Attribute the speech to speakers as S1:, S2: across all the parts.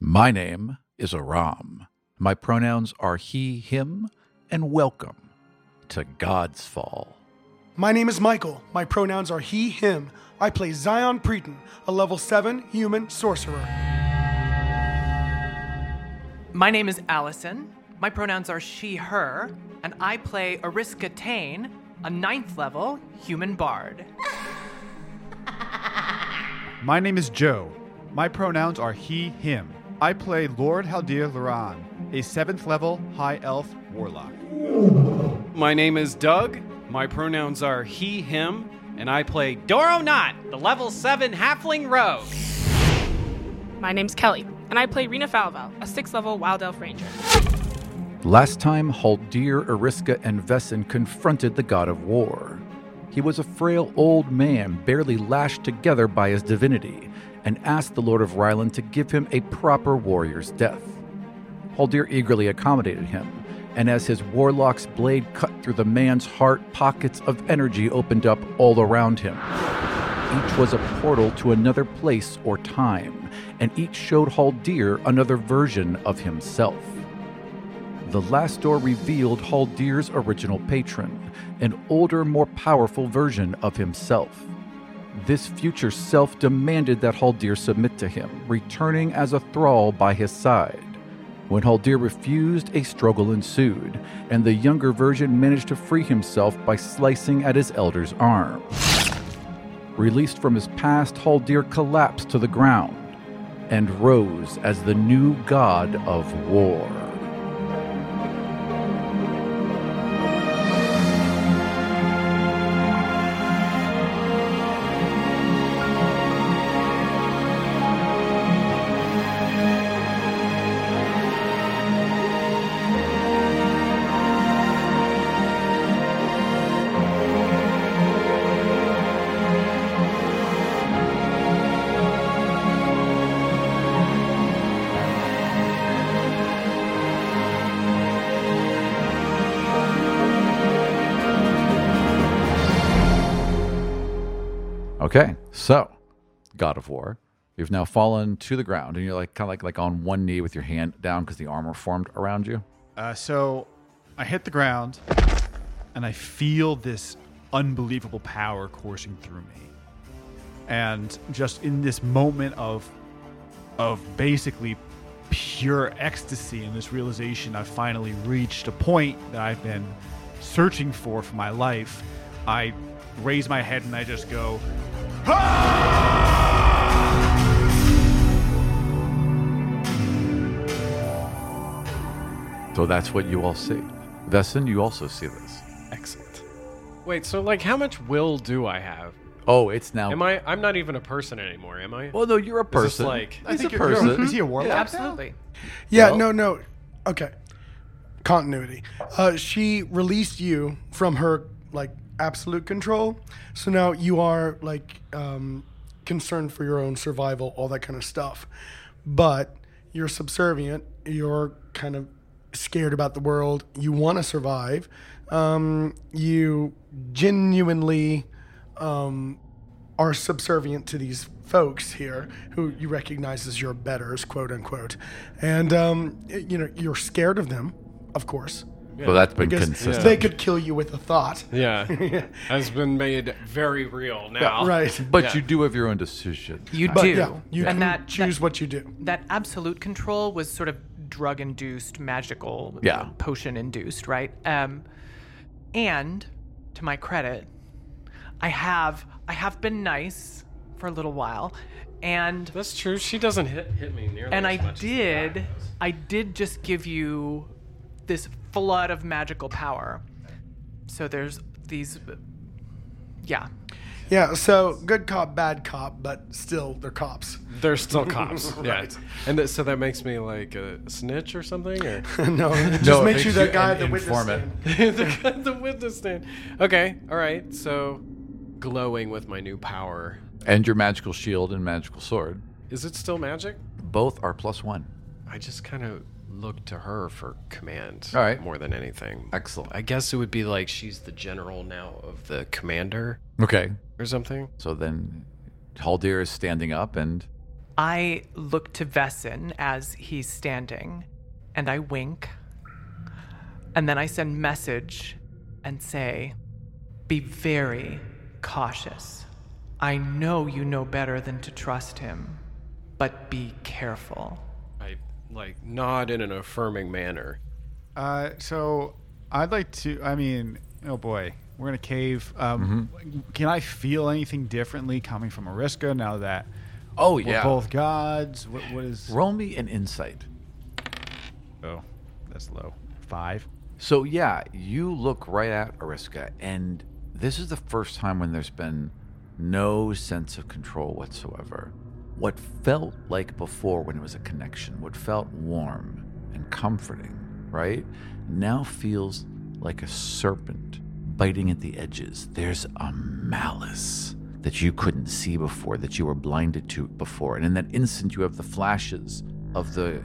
S1: My name is Aram. My pronouns are he, him, and welcome to God's Fall.
S2: My name is Michael. My pronouns are he, him. I play Zion Preeton, a level 7 human sorcerer.
S3: My name is Allison. My pronouns are she, her, and I play Ariska Tane, a ninth level human bard.
S4: My name is Joe. My pronouns are he, him. I play Lord Haldir Loran, a seventh level high elf warlock.
S5: My name is Doug. My pronouns are he, him, and I play Doro Knot, the level 7 halfling rogue.
S6: My name's Kelly, and I play Rena Falval, a six level wild elf ranger.
S1: Last time, Haldir, Ariska, and Vessin confronted the god of war. He was a frail old man, barely lashed together by his divinity, and asked the Lord of Ryland to give him a proper warrior's death. Haldir eagerly accommodated him, and as his warlock's blade cut through the man's heart, pockets of energy opened up all around him. Each was a portal to another place or time, and each showed Haldir another version of himself. The last door revealed Haldir's original patron, an older, more powerful version of himself. This future self demanded that Haldir submit to him, returning as a thrall by his side. When Haldir refused, a struggle ensued, and the younger version managed to free himself by slicing at his elder's arm. Released from his past, Haldir collapsed to the ground and rose as the new god of war. Okay, so God of War, you've now fallen to the ground, and you're like kind of like like on one knee with your hand down because the armor formed around you.
S4: Uh, so I hit the ground, and I feel this unbelievable power coursing through me. And just in this moment of, of basically pure ecstasy and this realization, I finally reached a point that I've been searching for for my life. I raise my head and I just go,
S1: So that's what you all see. Vesson, you also see this.
S5: Excellent. Wait, so like how much will do I have?
S1: Oh, it's now.
S5: Am I I'm not even a person anymore, am I?
S1: Well, no, you're a
S5: This is
S1: person.
S5: like-
S1: he's a
S4: think you're- you're-
S1: person.
S4: is he a warlock?
S1: Yeah.
S3: Absolutely.
S2: Yeah,
S1: Well-
S2: no, no. Okay. Continuity. Uh, she released you from her like absolute control, so now you are like um, concerned for your own survival, all that kind of stuff. But you're subservient. You're kind of scared about the world. You want to survive. Um, you genuinely um, are subservient to these folks here who you recognize as your betters, quote unquote. And, um, y- you know, you're scared of them, of course,
S1: Well, that's been
S2: because
S1: consistent.
S2: they could kill you with a thought.
S5: yeah. Has been made very real now.
S2: Right.
S1: But
S5: Yeah.
S1: you do have your own decision.
S3: You
S2: But
S3: do.
S2: yeah, you
S3: and
S2: can
S3: that,
S2: choose
S3: that,
S2: what you do.
S3: that absolute control was sort of drug induced, magical,
S1: Yeah.
S3: potion induced, right? Um, and to my credit, I have I have been nice for a little while, and
S5: That's true. She doesn't hit hit me nearly
S3: and
S5: as
S3: I
S5: much as the
S3: did,
S5: guy does.
S3: I did just give you this flood of magical power. So there's these, yeah.
S2: Yeah, so good cop, bad cop, but still they're cops.
S5: They're still cops. Yeah. And th- so that makes me like a snitch or something or
S2: no, it just
S1: No, it
S2: makes you
S1: makes
S2: that
S1: you
S2: guy
S1: an
S2: that witnessed
S1: informant.
S2: it.
S5: the, the witness stand. Okay, all right. So, glowing with my new power.
S1: And your magical shield and magical sword.
S5: Is it still magic?
S1: Both are plus one.
S5: I just kind of look to her for command.
S1: All right.
S5: More than anything.
S1: Excellent.
S5: I guess it would be like she's the general now of the commander
S1: Okay.
S5: or something.
S1: So then Haldir is standing up and
S3: I look to Vessin as he's standing and I wink. And then I send message and say, Be very cautious. I know you know better than to trust him, but be careful.
S5: I like nod in an affirming manner.
S4: Uh, so I'd like to. I mean, oh boy, we're in a cave. Um, Can I feel anything differently coming from Ariska now that
S1: Oh
S4: we're
S1: yeah.
S4: both gods? What, what is?
S1: Roll me an insight.
S4: Oh, that's low. Five.
S1: So yeah, you look right at Ariska, and this is the first time when there's been no sense of control whatsoever. What felt like before when it was a connection, what felt warm and comforting, right? Now feels like a serpent biting at the edges. There's a malice that you couldn't see before, that you were blinded to before. And in that instant, you have the flashes of the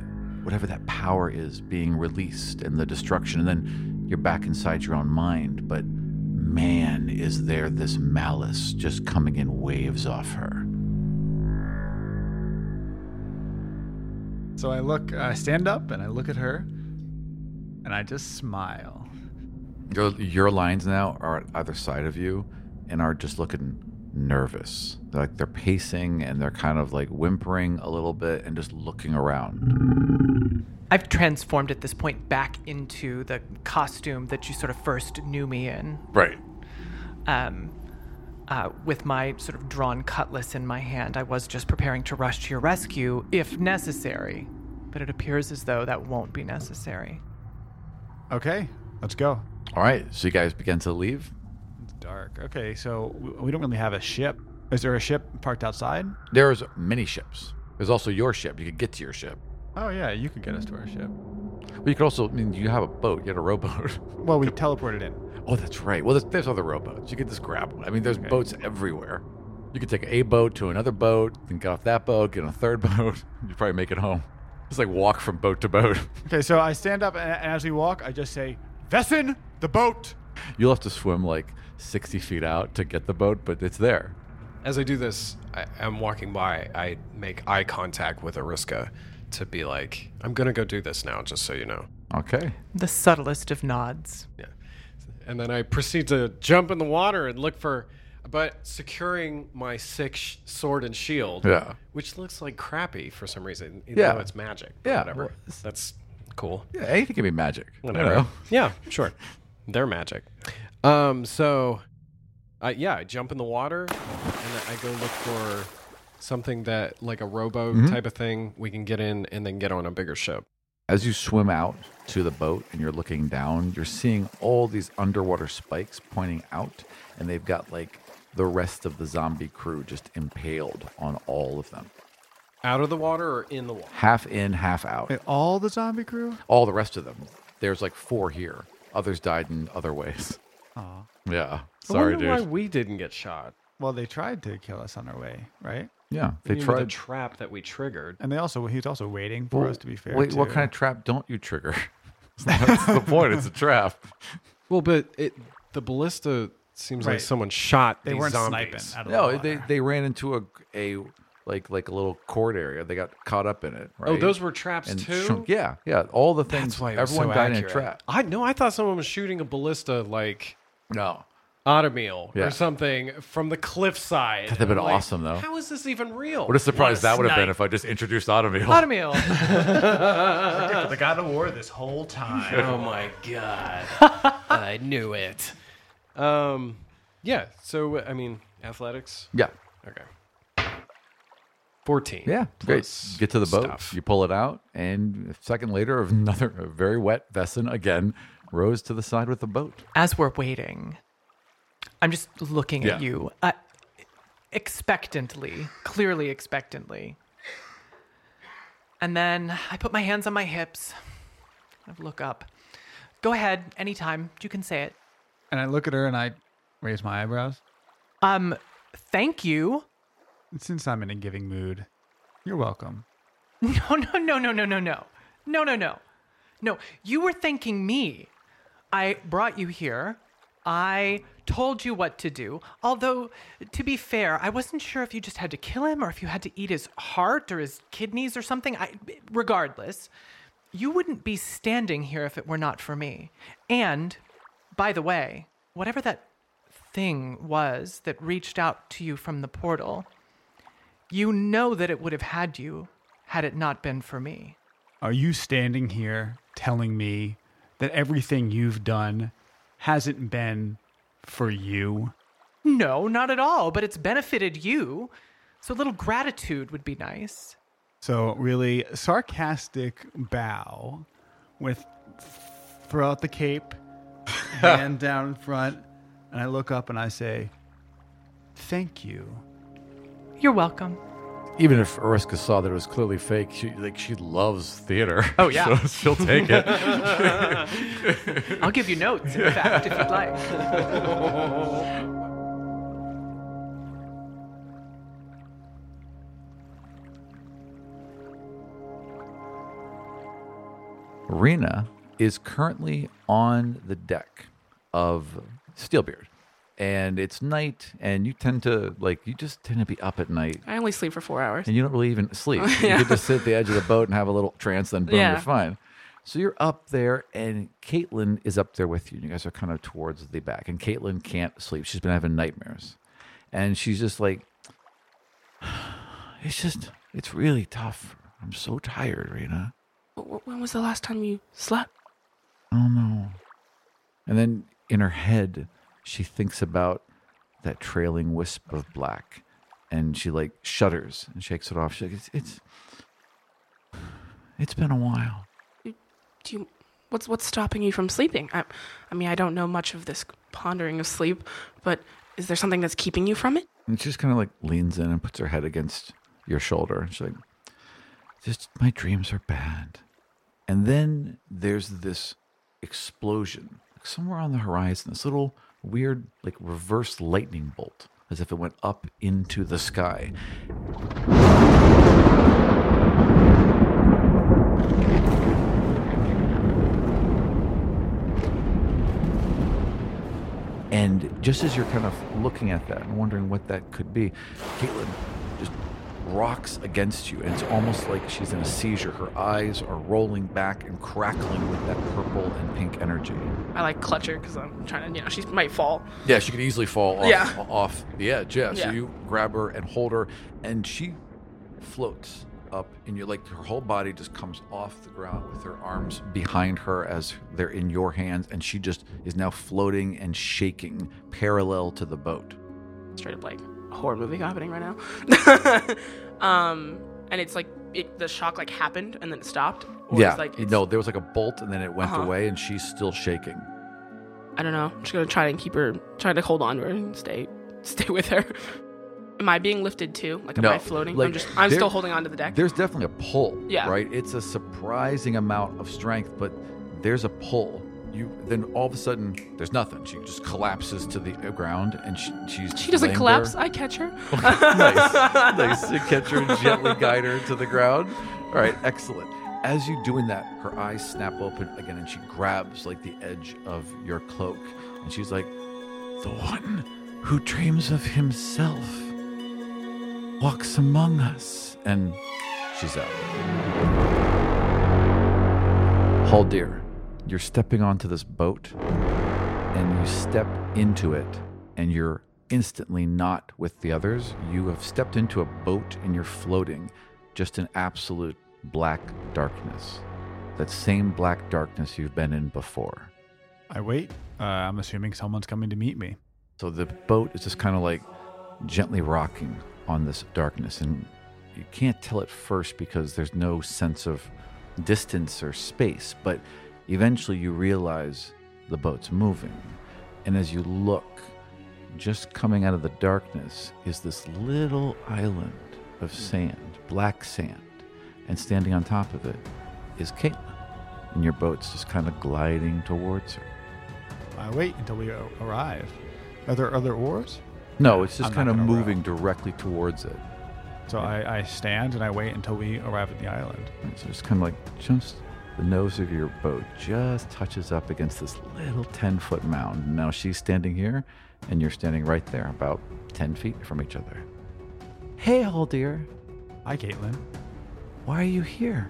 S1: whatever that power is being released and the destruction and then you're back inside your own mind but man is there this malice just coming in waves off her
S4: So I look, I stand up, and I look at her, and I just smile.
S1: your, your lines now are at either side of you and are just looking nervous they're like they're pacing and they're kind of like whimpering a little bit and just looking around
S3: I've transformed at this point back into the costume that you sort of first knew me in,
S1: right
S3: um, uh, with my sort of drawn cutlass in my hand. I was just preparing to rush to your rescue if necessary, but it appears as though that won't be necessary.
S4: Okay, let's go.
S1: all right so you guys begin to leave
S4: It's dark. Okay, so w- we don't really have a ship. Is there a ship parked outside?
S1: there's many ships there's also your ship you could get to your ship
S4: Oh yeah, you could get us to our ship.
S1: but you could also i mean you have a boat you had a rowboat
S4: Well, we teleported in.
S1: Oh, that's right. Well, there's, there's other rowboats. You could just grab one. I mean, there's boats everywhere. You could take a boat to another boat, then get off that boat, get on a third boat. You'd probably make it home. Just like walk from boat to boat.
S4: Okay, so I stand up, and, and as we walk, I just say, "Vessin, the boat."
S1: You'll have to swim like 60 feet out to get the boat, but it's there.
S5: As I do this, I, I'm walking by. I make eye contact with Ariska to be like, "I'm gonna go do this now, just so you know."
S1: Okay.
S3: The subtlest of nods.
S5: Yeah. And then I proceed to jump in the water and look for, but securing my six sh- sword and shield,
S1: Yeah.
S5: which looks like crappy for some reason, even
S1: Yeah.
S5: though it's magic.
S1: Yeah.
S5: Yeah. Whatever. That's cool.
S1: Yeah, anything can be magic. you
S5: Whatever.
S1: know?
S5: Yeah, sure. They're magic. Um, so, I yeah, I jump in the water and I go look for something that, like a rowboat
S1: Mm-hmm.
S5: type of thing, we can get in and then get on a bigger ship.
S1: As you swim out to the boat and you're looking down, you're seeing all these underwater spikes pointing out, and they've got like the rest of the zombie crew just impaled on all of them.
S5: Out of the water or in the water?
S1: Half in, half out.
S4: all the zombie crew?
S1: all the rest of them. There's like four here. Others died in other ways. Yeah. Sorry, dude.
S5: why we didn't get shot.
S4: Well, they tried to kill us on our way, right?
S1: yeah, they
S5: Even with the
S1: tried.
S5: trap that we triggered.
S4: And they also he was also waiting for us to be fair.
S1: Wait, what
S4: too.
S1: kind of trap don't you trigger? That's the point. It's a trap.
S5: Well, but it the ballista seems
S4: Right.
S5: like someone shot
S4: They
S5: these
S4: weren't
S5: zombies.
S4: sniping. Out of
S1: No,
S4: the
S1: they,
S4: water.
S1: they ran into a a like like a little court area. They got caught up in it. Right?
S5: Oh, those were traps
S1: and
S5: too.
S1: shrunk- yeah, yeah. All the things.
S5: That's why it was
S1: everyone
S5: so
S1: died in a
S5: accurate.
S1: trap.
S5: I no, I thought someone was shooting a ballista like
S1: No.
S5: Otomeal
S1: Yeah.
S5: or something from the cliffside.
S1: That'd have been
S5: I'm like,
S1: awesome, though.
S5: How is this even real?
S1: What a surprise that would have been if I just introduced Automobile.
S3: Automil!
S4: the God of War this whole time.
S5: Oh my god! I knew it. Um, yeah. So I mean, athletics.
S1: yeah.
S5: Okay. Fourteen.
S1: Yeah, great.
S5: plus
S1: Get to the boat.
S5: stuff.
S1: You pull it out, and a second later, another a very wet Vessin again rose to the side with the boat.
S3: as we're waiting, I'm just looking at
S1: Yeah.
S3: you uh, expectantly, clearly expectantly. And then I put my hands on my hips. I look up. Go ahead, anytime. You can say it.
S4: And I look at her and I raise my eyebrows.
S3: Um, thank you.
S4: And since I'm in a giving mood, you're welcome.
S3: No, no, no, no, no, no, no. No, no, no. No, you were thanking me. I brought you here. I told you what to do. Although, to be fair, I wasn't sure if you just had to kill him or if you had to eat his heart or his kidneys or something. I, regardless, you wouldn't be standing here if it were not for me. And, by the way, whatever that thing was that reached out to you from the portal, you know that it would have had you had it not been for me.
S4: Are you standing here telling me that everything you've done hasn't been for you?
S3: No, not at all, but it's benefited you. So a little gratitude would be nice.
S4: So, really sarcastic bow with throw out the cape, hand down in front, and I look up and I say, Thank you.
S3: You're welcome.
S1: Even if Oriska saw that it was clearly fake, she like she loves theater.
S3: Oh, yeah.
S1: so she'll take it.
S3: I'll give you notes, in fact, if you'd like.
S1: Rena is currently on the deck of Steelbeard. And it's night, and you tend to like you just tend to be up at night,
S6: I only sleep for four hours.
S1: and you don't really even sleep. You could just sit at the edge of the boat and have a little trance, then boom,
S6: Yeah.
S1: you're fine. So you're up there, and Caitlin is up there with you. And you guys are kind of towards the back, and Caitlin can't sleep. She's been having nightmares, and she's just like, "It's just, it's really tough. I'm so tired, Rena."
S6: W- w- When was the last time you slept?
S1: oh no. And then in her head, she thinks about that trailing wisp of black and she like shudders and shakes it off. She's like, it's, it's, it's been a while.
S6: Do you? What's what's stopping you from sleeping? I, I mean, I don't know much of this pondering of sleep, but is there something that's keeping you from it?
S1: And she just kind of like leans in and puts her head against your shoulder. And she's like, just my dreams are bad. And then there's this explosion like somewhere on the horizon, this little weird, like reverse lightning bolt, as if it went up into the sky. And just as you're kind of looking at that and wondering what that could be, Caitlin just rocks against you, and it's almost like she's in a seizure. Her eyes are rolling back and crackling with that purple and pink energy.
S6: I like clutch her because I'm trying to, you know, she might fall.
S1: Yeah, she could easily fall off,
S6: Yeah.
S1: off the edge. Yeah. So
S6: Yeah.
S1: you grab her and hold her, and she floats up, and you're like, her whole body just comes off the ground with her arms behind her as they're in your hands, and she just is now floating and shaking parallel to the boat.
S6: Straight up like a horror movie happening right now. um, and it's like it, the shock like happened and then it stopped. Or
S1: yeah,
S6: It's like, it's-
S1: no, there was like a bolt, and then it went
S6: Uh-huh.
S1: away, and she's still shaking.
S6: I don't know. I'm just gonna try and keep her, try to hold on to her and stay, stay with her. Am I being lifted too? Like, am
S1: No,
S6: I floating?
S1: like,
S6: I'm just, I'm
S1: there-
S6: still holding on to the deck.
S1: There's definitely a pull,
S6: Yeah.
S1: right? It's a surprising amount of strength, but there's a pull. You then all of a sudden there's nothing. She just collapses to the ground, and she, she's
S6: She doesn't
S1: laying
S6: collapse.
S1: there.
S6: I catch her.
S1: nice, nice. You catch her and gently guide her to the ground. All right, excellent. As you doing that, her eyes snap open again, and she grabs like the edge of your cloak, and she's like, "The one who dreams of himself walks among us," and she's out. Haldir, you're stepping onto this boat and you step into it and you're instantly not with the others. You have stepped into a boat and you're floating just in absolute black darkness. That same black darkness you've been in before.
S4: I wait. Uh, I'm assuming someone's coming to meet me.
S1: So the boat is just kind of like gently rocking on this darkness. And you can't tell at first because there's no sense of distance or space. But eventually you realize the boat's moving. And as you look, just coming out of the darkness is this little island of sand, black sand. And standing on top of it is Caitlin. And your boat's just kind of gliding towards her.
S4: I wait until we a- arrive. Are there other oars?
S1: No, it's just
S4: I'm not
S1: kind of
S4: gonna row.
S1: moving directly towards it.
S4: So I, I stand and I wait until we arrive at the island.
S1: Right, so just kind of like, just The nose of your boat just touches up against this little 10 foot mound. Now she's standing here, and you're standing right there, about 10 feet from each other. Hey, Hull dear,
S4: Hi, Caitlin.
S1: why are you here?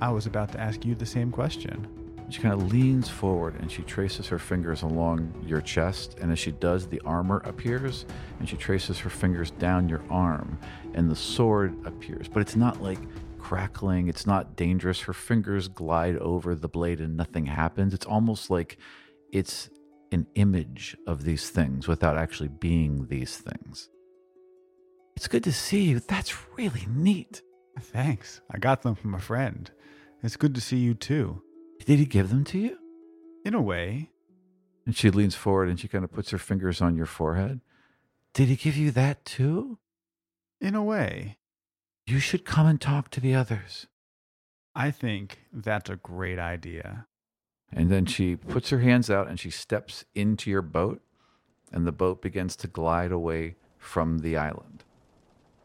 S4: I was about to ask you the same question.
S1: She kind of leans forward and she traces her fingers along your chest. And as she does, the armor appears and she traces her fingers down your arm and the sword appears. But it's not like crackling, it's not dangerous. Her fingers glide over the blade and nothing happens. It's almost like it's an image of these things without actually being these things. It's good to see you. That's really neat.
S4: Thanks. I got them from a friend. It's good to see you too.
S1: Did he give them to you?
S4: In a way,
S1: And she leans forward and she kind of puts her fingers on your forehead. Did he give you that too?
S4: in a way.
S1: You should come and talk to the others.
S4: I think that's a great idea.
S1: And then she puts her hands out and she steps into your boat, and the boat begins to glide away from the island.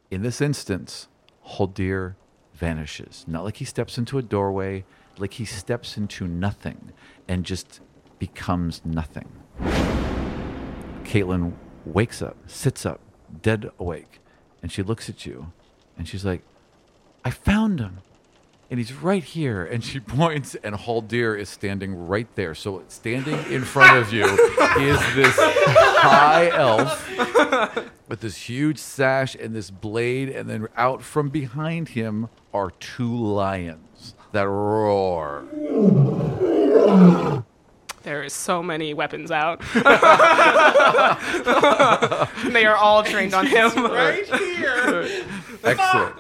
S1: In this instance, Haldir vanishes. Not like he steps into a doorway, like he steps into nothing and just becomes nothing. Caitlin wakes up, sits up, dead awake, and she looks at you and she's like, I found him. And he's right here. And she points, and Haldir is standing right there. So standing in front of you is this high elf with this huge sash and this blade. And then out from behind him are two lions that roar.
S6: There is so many weapons out. And they are all trained on him.
S1: Excellent.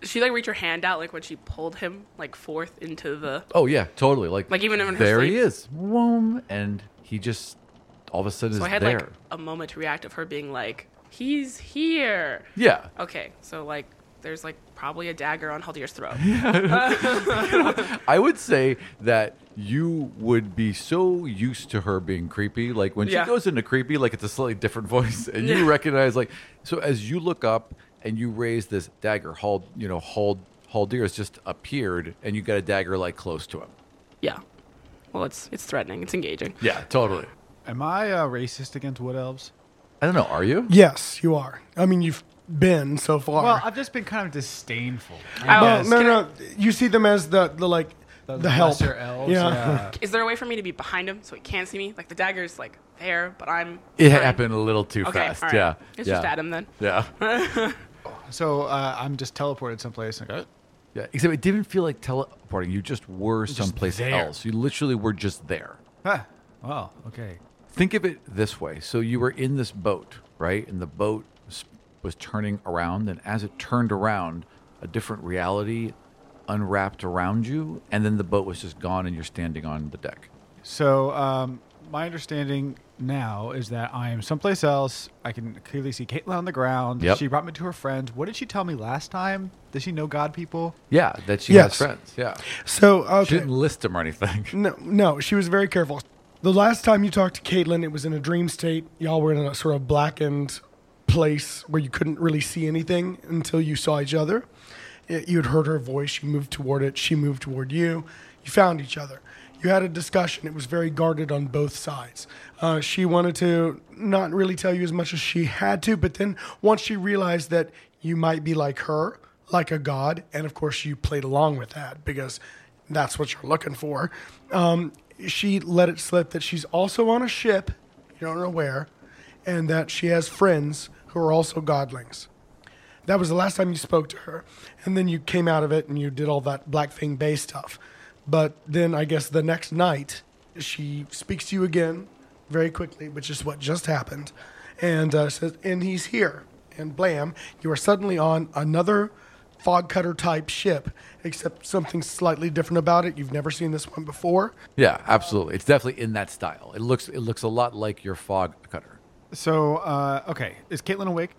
S6: Did she like reach her hand out like when she pulled him like forth into the
S1: Oh yeah, totally. Like,
S6: Like, even in her
S1: there he
S6: sleep?
S1: is, Whoom. and he just all of a sudden is
S6: So oh, I had
S1: there.
S6: like a moment to react of her being like, He's here.
S1: yeah,
S6: Okay, so like there's like probably a dagger on Haldir's throat.
S1: I would say that you would be so used to her being creepy. Like when
S6: Yeah.
S1: she goes into creepy, like it's a slightly different voice, and you
S6: Yeah.
S1: recognize like. So as you look up and you raise this dagger, Hald, you know, Hald, Haldir has just appeared, and you got a dagger like close to him.
S6: yeah. Well it's it's threatening, it's engaging.
S1: Yeah, totally.
S4: Am I uh, racist against wood elves?
S1: I don't know. Are you?
S2: Yes, you are. I mean, you've been so far.
S4: Well, I've just been kind of disdainful.
S6: I
S2: Well,
S6: was-
S2: no,
S6: Oh, can I-
S2: no. You see them as the, the like the, help.
S4: lesser elves, yeah.
S6: Is there a way for me to be behind him so he can't see me? Like the dagger's like there, but I'm
S1: It
S6: I'm-
S1: happened a little too
S6: Okay,
S1: fast.
S6: all right.
S1: Yeah.
S6: It's
S1: yeah.
S6: just Adam then.
S1: Yeah.
S4: So uh, I'm just teleported someplace. And go,
S1: Yeah, except it didn't feel like teleporting. You just were someplace
S4: there.
S1: else. You literally were just there.
S4: huh. Wow. Okay.
S1: Think of it this way. So you were in this boat, right? And the boat was, was turning around. And as it turned around, a different reality unwrapped around you. And then the boat was just gone and you're standing on the deck.
S4: So um, my understanding now is that I am someplace else. I can clearly see Caitlin on the ground.
S1: Yep.
S4: She brought me to her friends. What did she tell me last time? Does she know God people?
S1: Yeah, that she
S2: Yes.
S1: has friends. Yeah.
S2: So
S1: She
S2: okay.
S1: didn't list them or anything.
S2: No, no, she was very careful. The last time you talked to Caitlin, it was in a dream state. Y'all were in a sort of blackened place where you couldn't really see anything until you saw each other. Y- You had heard her voice. You moved toward it. She moved toward you. You found each other. You had a discussion. It was very guarded on both sides. Uh, she wanted to not really tell you as much as she had to, but then once she realized that you might be like her, like a god, and of course you played along with that because that's what you're looking for. Um, she let it slip that she's also on a ship, you don't know where, and that she has friends who are also godlings. That was the last time you spoke to her. And then you came out of it and you did all that Black Thing Bay stuff. But then I guess the next night, she speaks to you again very quickly, which is what just happened, and uh, says, and he's here. And blam, you are suddenly on another fog cutter type ship, except something slightly different about it. You've never seen this one before.
S1: Yeah, absolutely. It's definitely in that style. It looks it looks a lot like your fog cutter.
S4: So uh, okay, is Caitlin awake?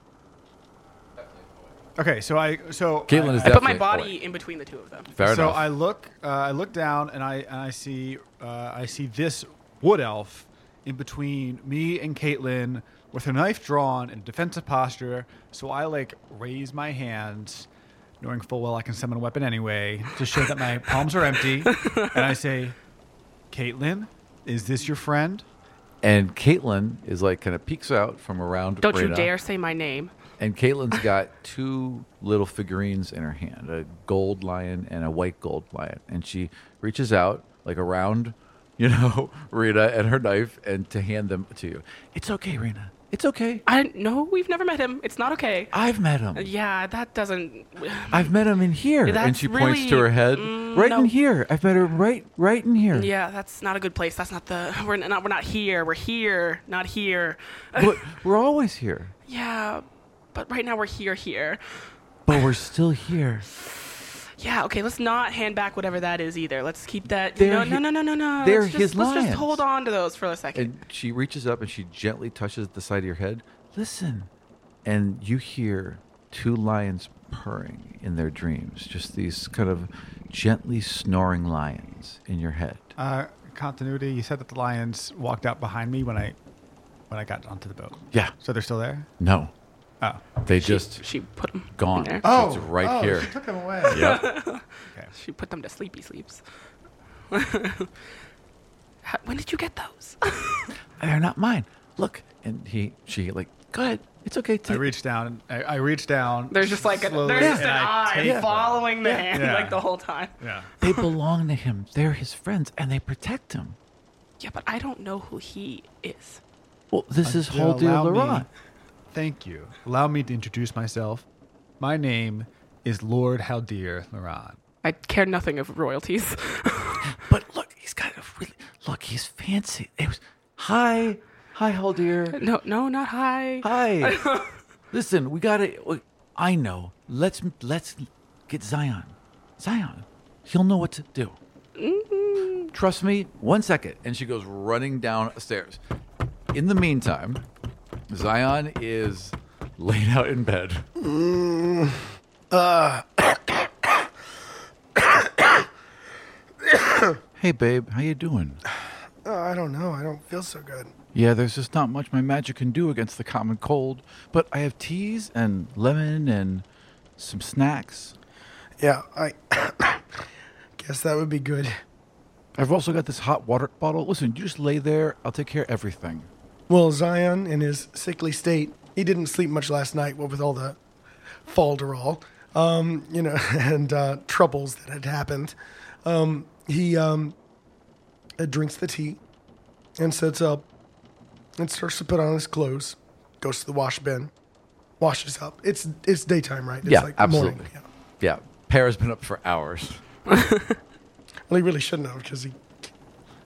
S4: Okay, so I so
S1: Caitlin
S4: I-
S1: is
S4: I-
S6: I put my
S1: Definitely.
S6: body in between the two of them.
S1: Fair
S4: so
S1: enough.
S4: I look, uh, I look down, and I and I see, uh, I see this wood elf in between me and Caitlin with her knife drawn in defensive posture. So I like raise my hands knowing full well I can summon a weapon anyway, to show that my palms are empty. And I say, Caitlin, is this your friend?
S1: And Caitlin is like kind of peeks out from around.
S6: Don't you
S1: Breda.
S6: dare say my name.
S1: And Caitlin's got two little figurines in her hand a gold lion and a white gold lion. And she reaches out, like around, you know, Rita and her knife, and to hand them to you. It's okay, Rita. It's okay.
S6: I no, we've never met him. It's not okay.
S1: I've met him.
S6: Yeah, that doesn't.
S1: I've met him in here. and
S6: That's
S1: she points to
S6: really-
S1: her head.
S6: mm,
S1: right
S6: no.
S1: in here. I've met her right right in here.
S6: Yeah, that's not a good place. That's not the. We're not. We're not here. We're here, not here.
S1: But we're always here.
S6: yeah, but right now we're here. Here.
S1: But we're still here.
S6: Yeah. Okay. Let's not hand back whatever that is either. Let's keep that.
S1: They're
S6: No.
S1: hi-
S6: No. No. No. No. No.
S1: they're
S6: let's just,
S1: his
S6: Let's
S1: lions.
S6: just hold on to those for a second.
S1: And she reaches up and she gently touches the side of your head. Listen. And you hear two lions purring in their dreams, just these kind of gently snoring lions in your head.
S4: Uh, continuity, you said that the lions walked out behind me when I when I got onto the boat.
S1: Yeah.
S4: So they're still there?
S1: No.
S4: Oh.
S1: They just
S6: she put them
S1: gone.
S6: In there.
S1: So it's right
S4: oh,
S1: here.
S4: She took him away.
S1: Yep.
S6: She put them to sleepy sleeps. How- when did you get those?
S1: They're not mine. Look. And he she like, go ahead. It's okay.
S4: I
S1: Take
S4: reached down and I, I reached down.
S6: There's just like a,
S4: slowly
S6: there's just
S4: and
S6: an
S4: I
S6: eye
S4: take them.
S6: following the hand
S4: Yeah.
S6: like the whole time.
S4: Yeah.
S1: they belong to him. They're his friends and they protect him.
S6: Yeah, but I don't know who he is.
S1: Well, this is
S4: Well,
S1: Holdier
S4: allow me-
S1: Laurent.
S4: Thank you. Allow me to introduce myself. My name is Lord Haldir Laurent.
S6: I care nothing of royalties.
S1: But look, he's got a really look. He's fancy. It was hi, hi, Haldir.
S6: no, no, not high.
S1: Hi. Listen, we gotta. we- I know. Let's let's get Zion. Zion. He'll know what to do. Trust me. One second. And she goes running downstairs. In the meantime, Zion is laid out in bed. hey, babe. How you doing?
S2: Uh, I don't know. I don't feel so good.
S1: Yeah, there's just not much my magic can do against the common cold, but I have teas and lemon and some snacks.
S2: Yeah, I guess that would be good.
S1: I've also got this hot water bottle. Listen, you just lay there. I'll take care of everything.
S2: Well, Zion, in his sickly state, he didn't sleep much last night, what with all the falderall, um, you know, and uh, troubles that had happened. Um, he um, uh, drinks the tea and sits up and starts to put on his clothes, goes to the wash bin, washes up. It's it's daytime, right? It's
S1: Yeah,
S2: Morning.
S1: absolutely.
S2: Yeah.
S1: Yeah, Pear's been up for hours.
S2: Well, he really shouldn't have because he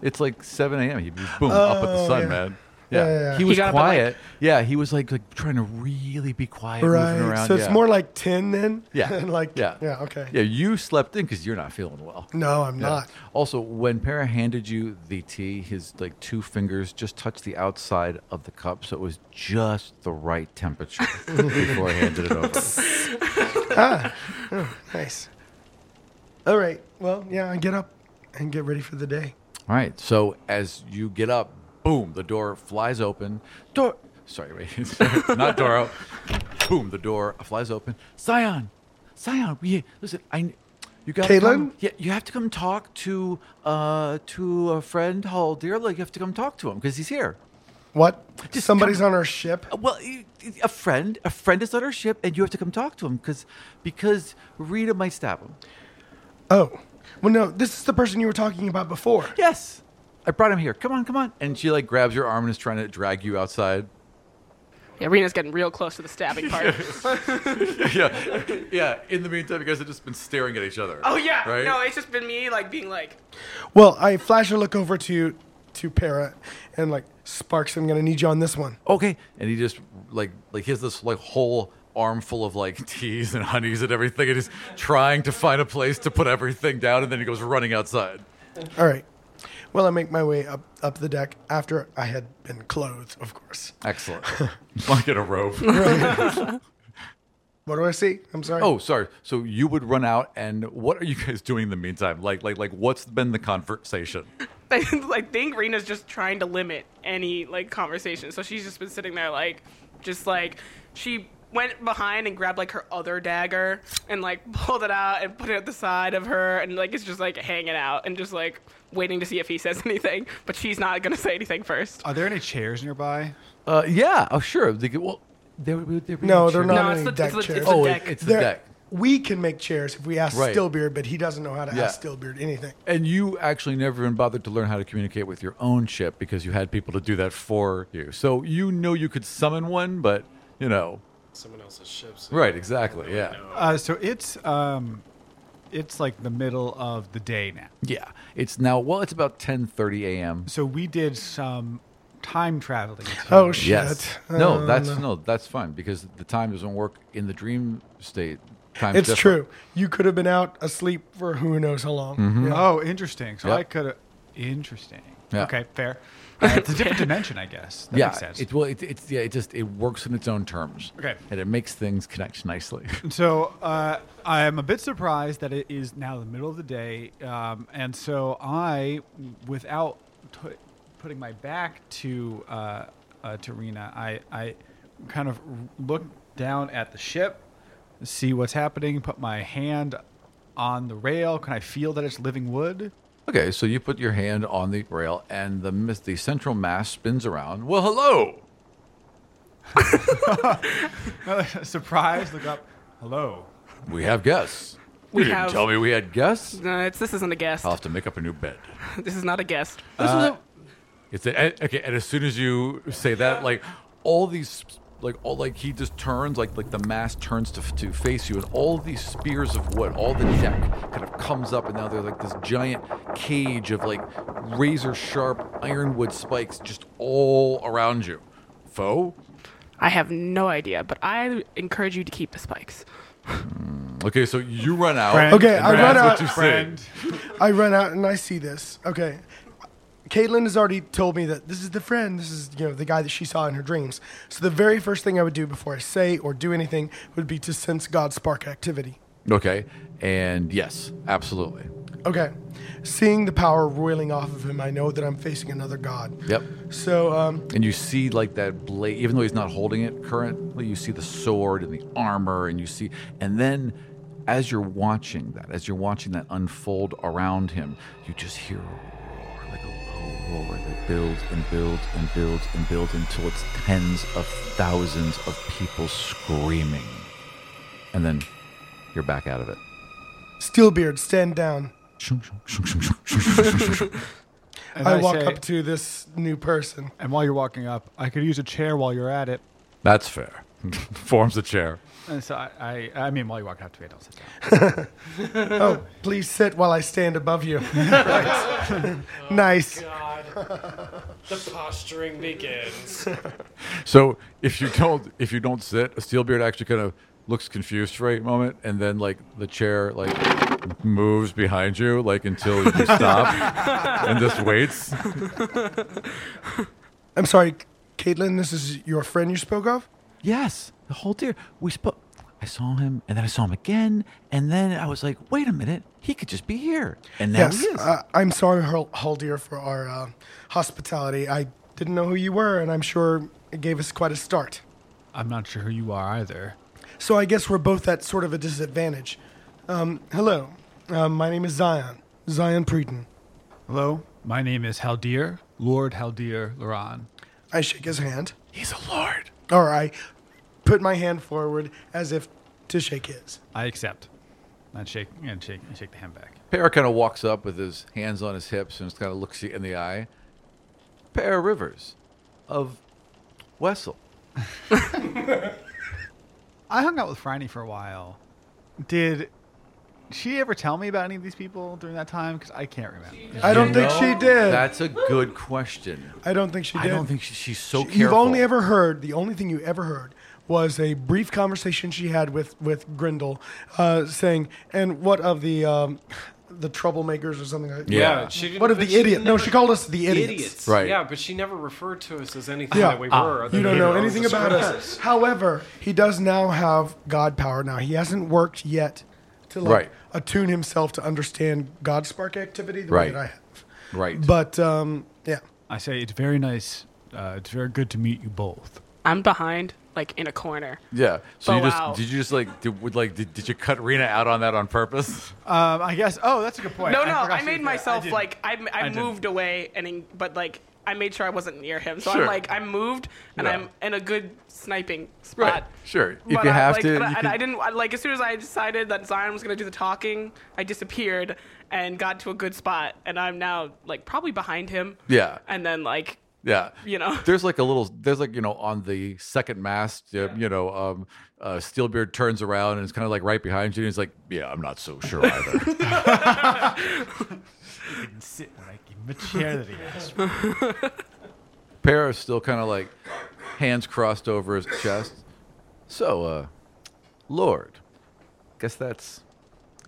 S1: It's like 7 a.m. He'd be boom up at the
S2: Oh,
S1: sun,
S2: yeah.
S1: man.
S2: Yeah,
S1: Yeah.
S2: yeah, yeah.
S1: he
S2: He
S1: was
S6: got up at, like-
S1: quiet. yeah, he was like like trying to really be quiet, moving
S2: right.
S1: around.
S2: So it's
S1: yeah.
S2: more like ten then.
S1: yeah,
S2: and like
S1: yeah,
S2: yeah. Okay.
S1: Yeah, you slept in because you're not feeling well.
S2: No, I'm
S1: Yeah.
S2: not.
S1: Also, when Para handed you the tea, his like two fingers just touched the outside of the cup, so it was just the right temperature before I handed it over.
S2: Nice. All right. Well, yeah, I get up and get ready for the day.
S1: All right. So as you get up, boom, the door flies open. Door. Sorry, wait. Sorry, not Doro. boom, the door flies open. Scion, Scion, we listen. I, you got.
S2: Caitlin?
S1: Yeah, you have to come talk to uh to a friend, Hall dear. Like you have to come talk to him because he's here.
S2: What?
S1: Just
S2: Somebody's
S1: come-
S2: on our ship.
S1: Well, y- y- a friend, a friend is on our ship, and you have to come talk to him because because Rita might stab him.
S2: Oh. Well, no, this is the person you were talking about before.
S1: Yes, I brought him here. Come on, come on. And she like grabs your arm and is trying to drag you outside.
S6: Yeah, Rena's getting real close to the stabbing part.
S1: yeah, yeah. In the meantime, you guys have just been staring at each other.
S6: oh yeah.
S1: right.
S6: No, it's just been me like being like,
S2: Well, I flash a look over to to Para and like Sparks. I'm gonna need you on this one.
S1: okay. And he just like like he has this like whole armful of like teas and honeys and everything, and he's trying to find a place to put everything down, and then he goes running outside.
S2: All right. Well, I make my way up up the deck after I had been clothed, of course.
S1: Excellent. I'll get a rope.
S2: What do I see? I'm sorry.
S1: Oh, sorry. So you would run out, and what are you guys doing in the meantime? Like, like, like, what's been the conversation?
S6: I I think Rena's just trying to limit any like conversation. So she's just been sitting there like, just like she went behind and grabbed like her other dagger and like pulled it out and put it at the side of her and like it's just like hanging out and just like waiting to see if he says anything. But she's not gonna say anything first.
S4: Are there any chairs nearby?
S1: Uh, yeah, oh sure. They, could- well, there, would there be
S2: No,
S1: any
S2: they're
S1: chairs?
S2: not
S6: No,
S2: any
S6: it's the-
S2: deck
S6: it's the-
S2: chairs.
S6: it's the
S1: Oh, it-
S6: deck.
S1: it's the
S2: There-
S1: deck.
S2: We can make chairs if we ask
S1: Right.
S2: Stillbeard, but he doesn't know how to
S1: Yeah.
S2: ask Stillbeard anything.
S1: And you actually never even bothered to learn how to communicate with your own ship because you had people to do that for you. So you know you could summon one, but you know,
S5: Someone else's ships.
S1: right? Exactly. Yeah.
S4: Uh, so it's um, it's like the middle of the day now.
S1: Yeah. It's now. Well, it's about ten thirty a.m.
S4: So we did some time traveling. to-
S2: Oh shit!
S1: Yes. No, that's no, that's fine because the time doesn't work in the dream state. Time's
S2: it's
S1: different.
S2: true. You could have been out asleep for who knows how long. Yeah.
S4: Oh, interesting. So
S1: Yep.
S4: I could have. Interesting.
S1: Yeah.
S4: Okay, fair. Uh, it's a different dimension, I guess. That
S1: yeah.
S4: makes sense.
S1: It, well, it, it's yeah. It just it works in its own terms.
S4: Okay.
S1: And it makes things connect nicely.
S4: So uh, I am a bit surprised that it is now the middle of the day, um, and so I, without t- putting my back to uh, uh, to Rena, I, I kind of look down at the ship, see what's happening, put my hand on the rail. Can I feel that it's living wood?
S1: okay. So you put your hand on the rail, and the mis- the central mast spins around. Well, hello.
S4: Surprised, look up. Hello.
S1: We have guests. you
S6: We
S1: didn't
S6: have-
S1: tell me we had guests.
S6: No, it's this isn't a guest.
S1: I'll have to make up a new bed.
S6: This is not a guest.
S1: It's a, and- okay, and as soon as you say that, like all these, like all like he just turns, like like the mast turns to to face you, and all these spears of wood, all the deck kind of comes up, and now they're like this giant cage of like razor sharp ironwood spikes just all around you. Foe,
S6: I have no idea, but I encourage you to keep the spikes.
S1: okay, so you run out.
S4: Friend.
S2: Okay,
S1: and
S2: I
S1: that's
S2: run
S1: what
S2: out.
S1: you say.
S4: Friend.
S2: I run out and I see this. Okay. Caitlin has already told me that this is the friend. This is you know the guy that she saw in her dreams. So the very first thing I would do before I say or do anything would be to sense God spark activity.
S1: Okay, and yes, absolutely.
S2: Okay, seeing the power roiling off of him, I know that I'm facing another God.
S1: Yep.
S2: So um,
S1: And you see like that blade, even though he's not holding it currently, you see the sword and the armor, and you see, and then as you're watching that, as you're watching that unfold around him, you just hear a roar, like a low roar that builds and builds and builds and builds until it's tens of thousands of people screaming. And then you're back out of it.
S2: Steelbeard, stand down.
S1: Shunk, shunk, shunk, shunk, shunk, shunk, shunk, shunk, shunk, shunk.
S4: And
S2: I, walk
S4: say-
S2: up to this new person.
S4: And while you're walking up, I could use a chair while you're at it.
S1: That's fair. Forms a chair.
S4: And so I, I, I mean, while you walk up to me, don't sit down.
S2: Oh, please sit while I stand above you. Right. nice.
S5: God. the posturing begins.
S1: So if you don't if you don't sit, Steelbeard actually kind of looks confused for a moment, and then like the chair like moves behind you like until you stop and just waits.
S2: I'm sorry, Caitlin. This is your friend you spoke of.
S1: Yes, the whole deer. We spoke. I saw him, and then I saw him again, and then I was like, "Wait a minute, he could just be here." And now
S2: Yes,
S1: he is.
S2: uh, I'm sorry, Hal- Haldir, for our uh, hospitality. I didn't know who you were, and I'm sure it gave us quite a start.
S4: I'm not sure who you are either.
S2: So I guess we're both at sort of a disadvantage. Um, hello, uh, my name is Zion, Zion Preten.
S4: Hello, my name is Haldir, Lord Haldir Loran.
S2: I shake his hand,
S1: He's a lord.
S2: or I put my hand forward as if to shake his.
S4: I accept. And shake and shake and shake the hand back.
S1: Pear kind of walks up with his hands on his hips and just kind of looks you in the eye. Pear Rivers of Wessel.
S4: I hung out with Franny for a while. Did she ever tell me about any of these people during that time? Because I can't remember.
S2: I don't
S1: You
S2: think
S1: know,
S2: she did.
S1: That's a good question.
S2: I don't think she
S1: I
S2: did.
S1: don't think she, she's so careful.
S2: You've only ever heard the only thing you ever heard was a brief conversation she had with with Grindel, uh, saying, "And what of the um, the troublemakers or something?" Like
S1: Yeah.
S5: Yeah, she didn't-
S2: What of
S5: but
S2: the
S5: she
S2: idiot? No,
S5: never-
S2: she called us the idiots.
S5: Idiots.
S1: Right.
S5: Yeah, but she never referred to us as anything
S2: Yeah.
S5: that we
S1: Ah,
S5: were. other
S2: You don't
S5: than
S2: know
S5: her own
S2: anything about us.
S5: descriptors.
S2: However, he does now have God power. Now he hasn't worked yet to like
S1: Right.
S2: attune himself to understand God spark activity the
S1: Right.
S2: way that I have.
S1: Right.
S2: But um, yeah,
S4: I say it's very nice. Uh, it's very good to meet you both.
S6: I'm behind. like in a corner.
S1: Yeah. So you
S6: Oh,
S1: just
S6: wow.
S1: did you just like did, would like did, did you cut Rena out on that on purpose?
S4: Um, I guess. Oh, that's a good point.
S6: no, no,
S4: forgot
S6: I,
S4: she was
S6: made
S4: there.
S6: myself
S4: didn't.
S6: like I, I,
S4: I didn't.
S6: moved away and in, but like I made sure I wasn't near him. So
S1: Sure.
S6: I'm like I moved and
S1: Yeah.
S6: I'm in a good sniping spot.
S1: Right. Sure. If
S6: But
S1: you
S6: I,
S1: have
S6: like,
S1: to,
S6: and I,
S1: you
S6: and
S1: can-
S6: I didn't I- like as soon as I decided that Zion was gonna do the talking, I disappeared and got to a good spot, and I'm now like probably behind him.
S1: Yeah.
S6: And then like
S1: Yeah.
S6: you know?
S1: There's like a little there's like, you know, on the second mast, uh, you know, um uh Steelbeard turns around and it's kind of like right behind you and he's like, "Yeah, I'm not so sure either."
S4: Sit when I give him a chair that he has.
S1: Para's still kind of like hands crossed over his chest. So, uh Lord, guess that's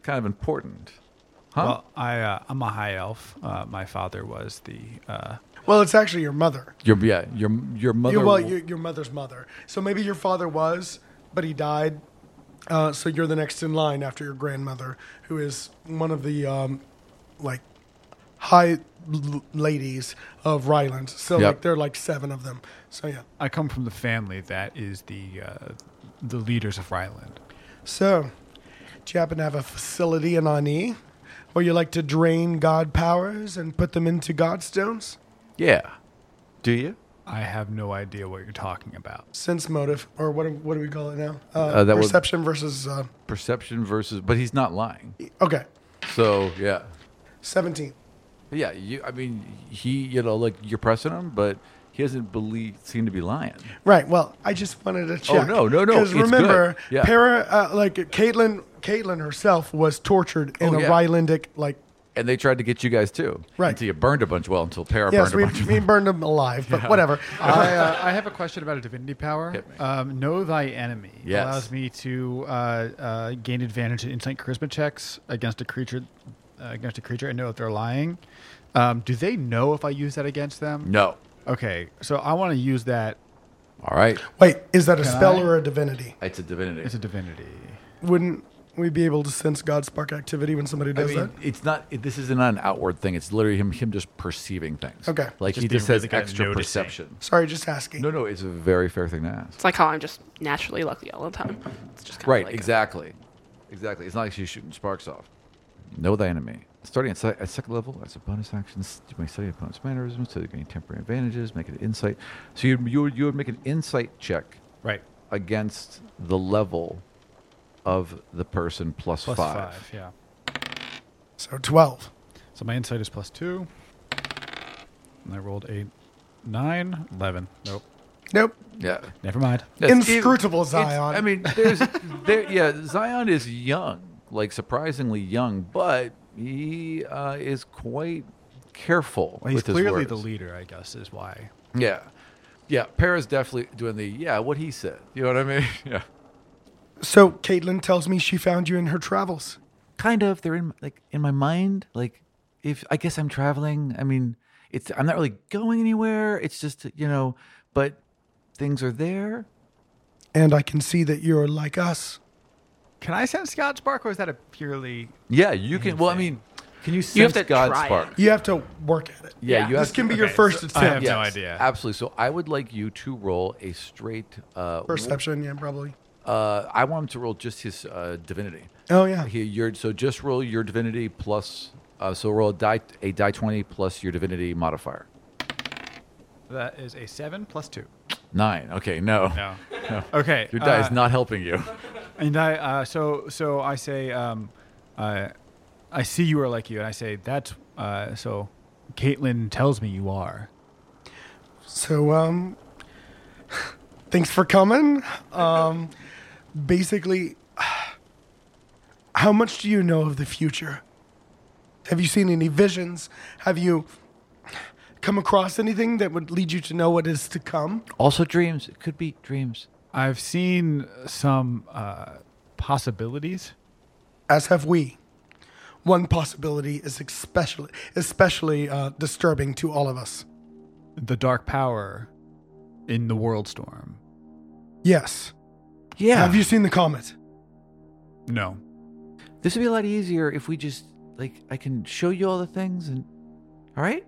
S1: kind of important.
S4: Well, I uh, I'm a high elf. Uh, my father was the. Uh,
S2: Well, it's actually your mother.
S1: Your yeah, your your mother
S2: Your, well, your, your mother's mother. So maybe your father was, but he died. Uh, so you're the next in line after your grandmother, who is one of the um, like high l- ladies of Ryland. So
S1: Yep.
S2: like there are like seven of them. So yeah.
S4: I come from the family that is the uh, the leaders of Ryland.
S2: So, do you happen to have a facility in Ani where you like to drain god powers and put them into god stones?
S1: Yeah. Do you?
S4: I have no idea what you're talking about.
S2: Sense motive, or what? do- What do we call it now? Uh,
S1: Uh, that would-
S2: perception versus. Uh,
S1: Perception versus but he's not lying.
S2: okay,
S1: So, yeah.
S2: seventeen.
S1: Yeah, you. I mean, he. You know, like you're pressing him, but he doesn't believe seem to be lying.
S2: Right. Well, I just wanted to check.
S1: Oh, no, no, no, it's
S2: Because
S1: good.
S2: remember,
S1: Yeah.
S2: Para, uh, like Caitlin, Caitlin herself was tortured in
S1: Oh,
S2: a
S1: yeah.
S2: Rylandic, like
S1: And they tried to get you guys too,
S2: Right.
S1: Until you burned a bunch. Well, until Para
S2: yes,
S1: burned
S2: we,
S1: a bunch. Of
S2: we burned him alive, but whatever.
S4: I, uh, I have a question about a divinity power.
S1: Hit me.
S4: Um, know thy enemy
S1: Yes.
S4: allows me to uh, uh, gain advantage in insight charisma checks against a creature uh, against a creature and know if they're lying. Um, do they know if I use that against them?
S1: no.
S4: Okay, so I want to use that
S1: All right.
S2: Wait, is that a spell
S4: I-
S2: or a divinity?
S1: It's a divinity.
S4: as a divinity.
S2: Wouldn't we be able to sense God spark activity when somebody
S1: I
S2: does
S1: mean, it's not. It, this isn't an outward thing. It's literally him. Him just perceiving things.
S2: Okay.
S1: Like he
S4: being
S1: just has
S4: really good at
S1: extra
S4: noticing.
S1: perception.
S2: that? Sorry, just asking.
S1: No, no. It's a very fair thing to ask.
S6: it's like how I'm just naturally lucky all the time. It's just kind
S1: Right.
S6: of
S1: exactly. Exactly. It's not like she's shooting sparks off. Know thy enemy. Starting at, se- at second level, as a bonus action, s- you may study opponent's mannerisms to gain temporary advantages. Make an insight. So you you would- you would make an insight check
S4: Right.
S1: against the level of the person plus,
S4: Plus
S1: five.
S4: five. Yeah.
S2: So twelve.
S4: So my insight is plus two. And I rolled a nine. Eleven. Nope.
S2: Nope.
S1: Yeah.
S4: Never mind.
S1: That's-
S2: Inscrutable
S1: it's-
S2: Zion.
S1: I mean, there's there. Yeah, Zion is young, like surprisingly young, but he uh, is quite careful
S4: Well, he's
S1: with his
S4: clearly
S1: words.
S4: the leader, I guess, is why.
S1: Yeah. Yeah. Para's definitely doing the, yeah, what he said. You know what I mean? Yeah.
S2: So Caitlin tells me she found you in her travels.
S7: kind of they're in like in my mind like if i guess i'm traveling i mean it's i'm not really going anywhere it's just you know but things are there
S2: And I can see that you're like us.
S4: Can I sense Scott Spark, or is that a purely
S1: Yeah. You can, well, I mean, can you sense
S6: have to
S1: God's
S6: try it.
S1: spark?
S2: You have to work at it.
S1: Yeah, you
S2: this
S1: have
S2: can be
S1: to-
S2: your
S4: okay,
S2: first
S4: so I
S2: attempt.
S4: have no
S1: Yes,
S4: idea.
S1: Absolutely. So I would like you to roll a straight. Uh,
S2: Perception, yeah, probably.
S1: Uh, I want him to roll just his uh, divinity.
S2: Oh yeah.
S1: He, your, so just roll your divinity plus. Uh, so roll a die, a die 20 plus your divinity modifier.
S4: that is a seven plus two?
S1: Nine. Okay, no.
S4: No. Okay.
S1: Your die
S4: uh,
S1: is not helping you.
S4: And I uh, so so I say um, uh, I see you are like you, and I say that's uh, so. Caitlin tells me you are.
S2: So um, thanks for coming. Um, basically, how much do you know of the future? Have you seen any visions? Have you come across anything that would lead you to know what is to come?
S7: also dreams it could be dreams
S4: I've seen some uh, possibilities.
S2: as have we. One possibility is especially especially uh, disturbing to all of us.
S4: The dark power in the world storm.
S2: Yes.
S7: yeah
S2: Have you seen the comet?
S4: No,
S7: this would be a lot easier if we just like i can show you all the things and all right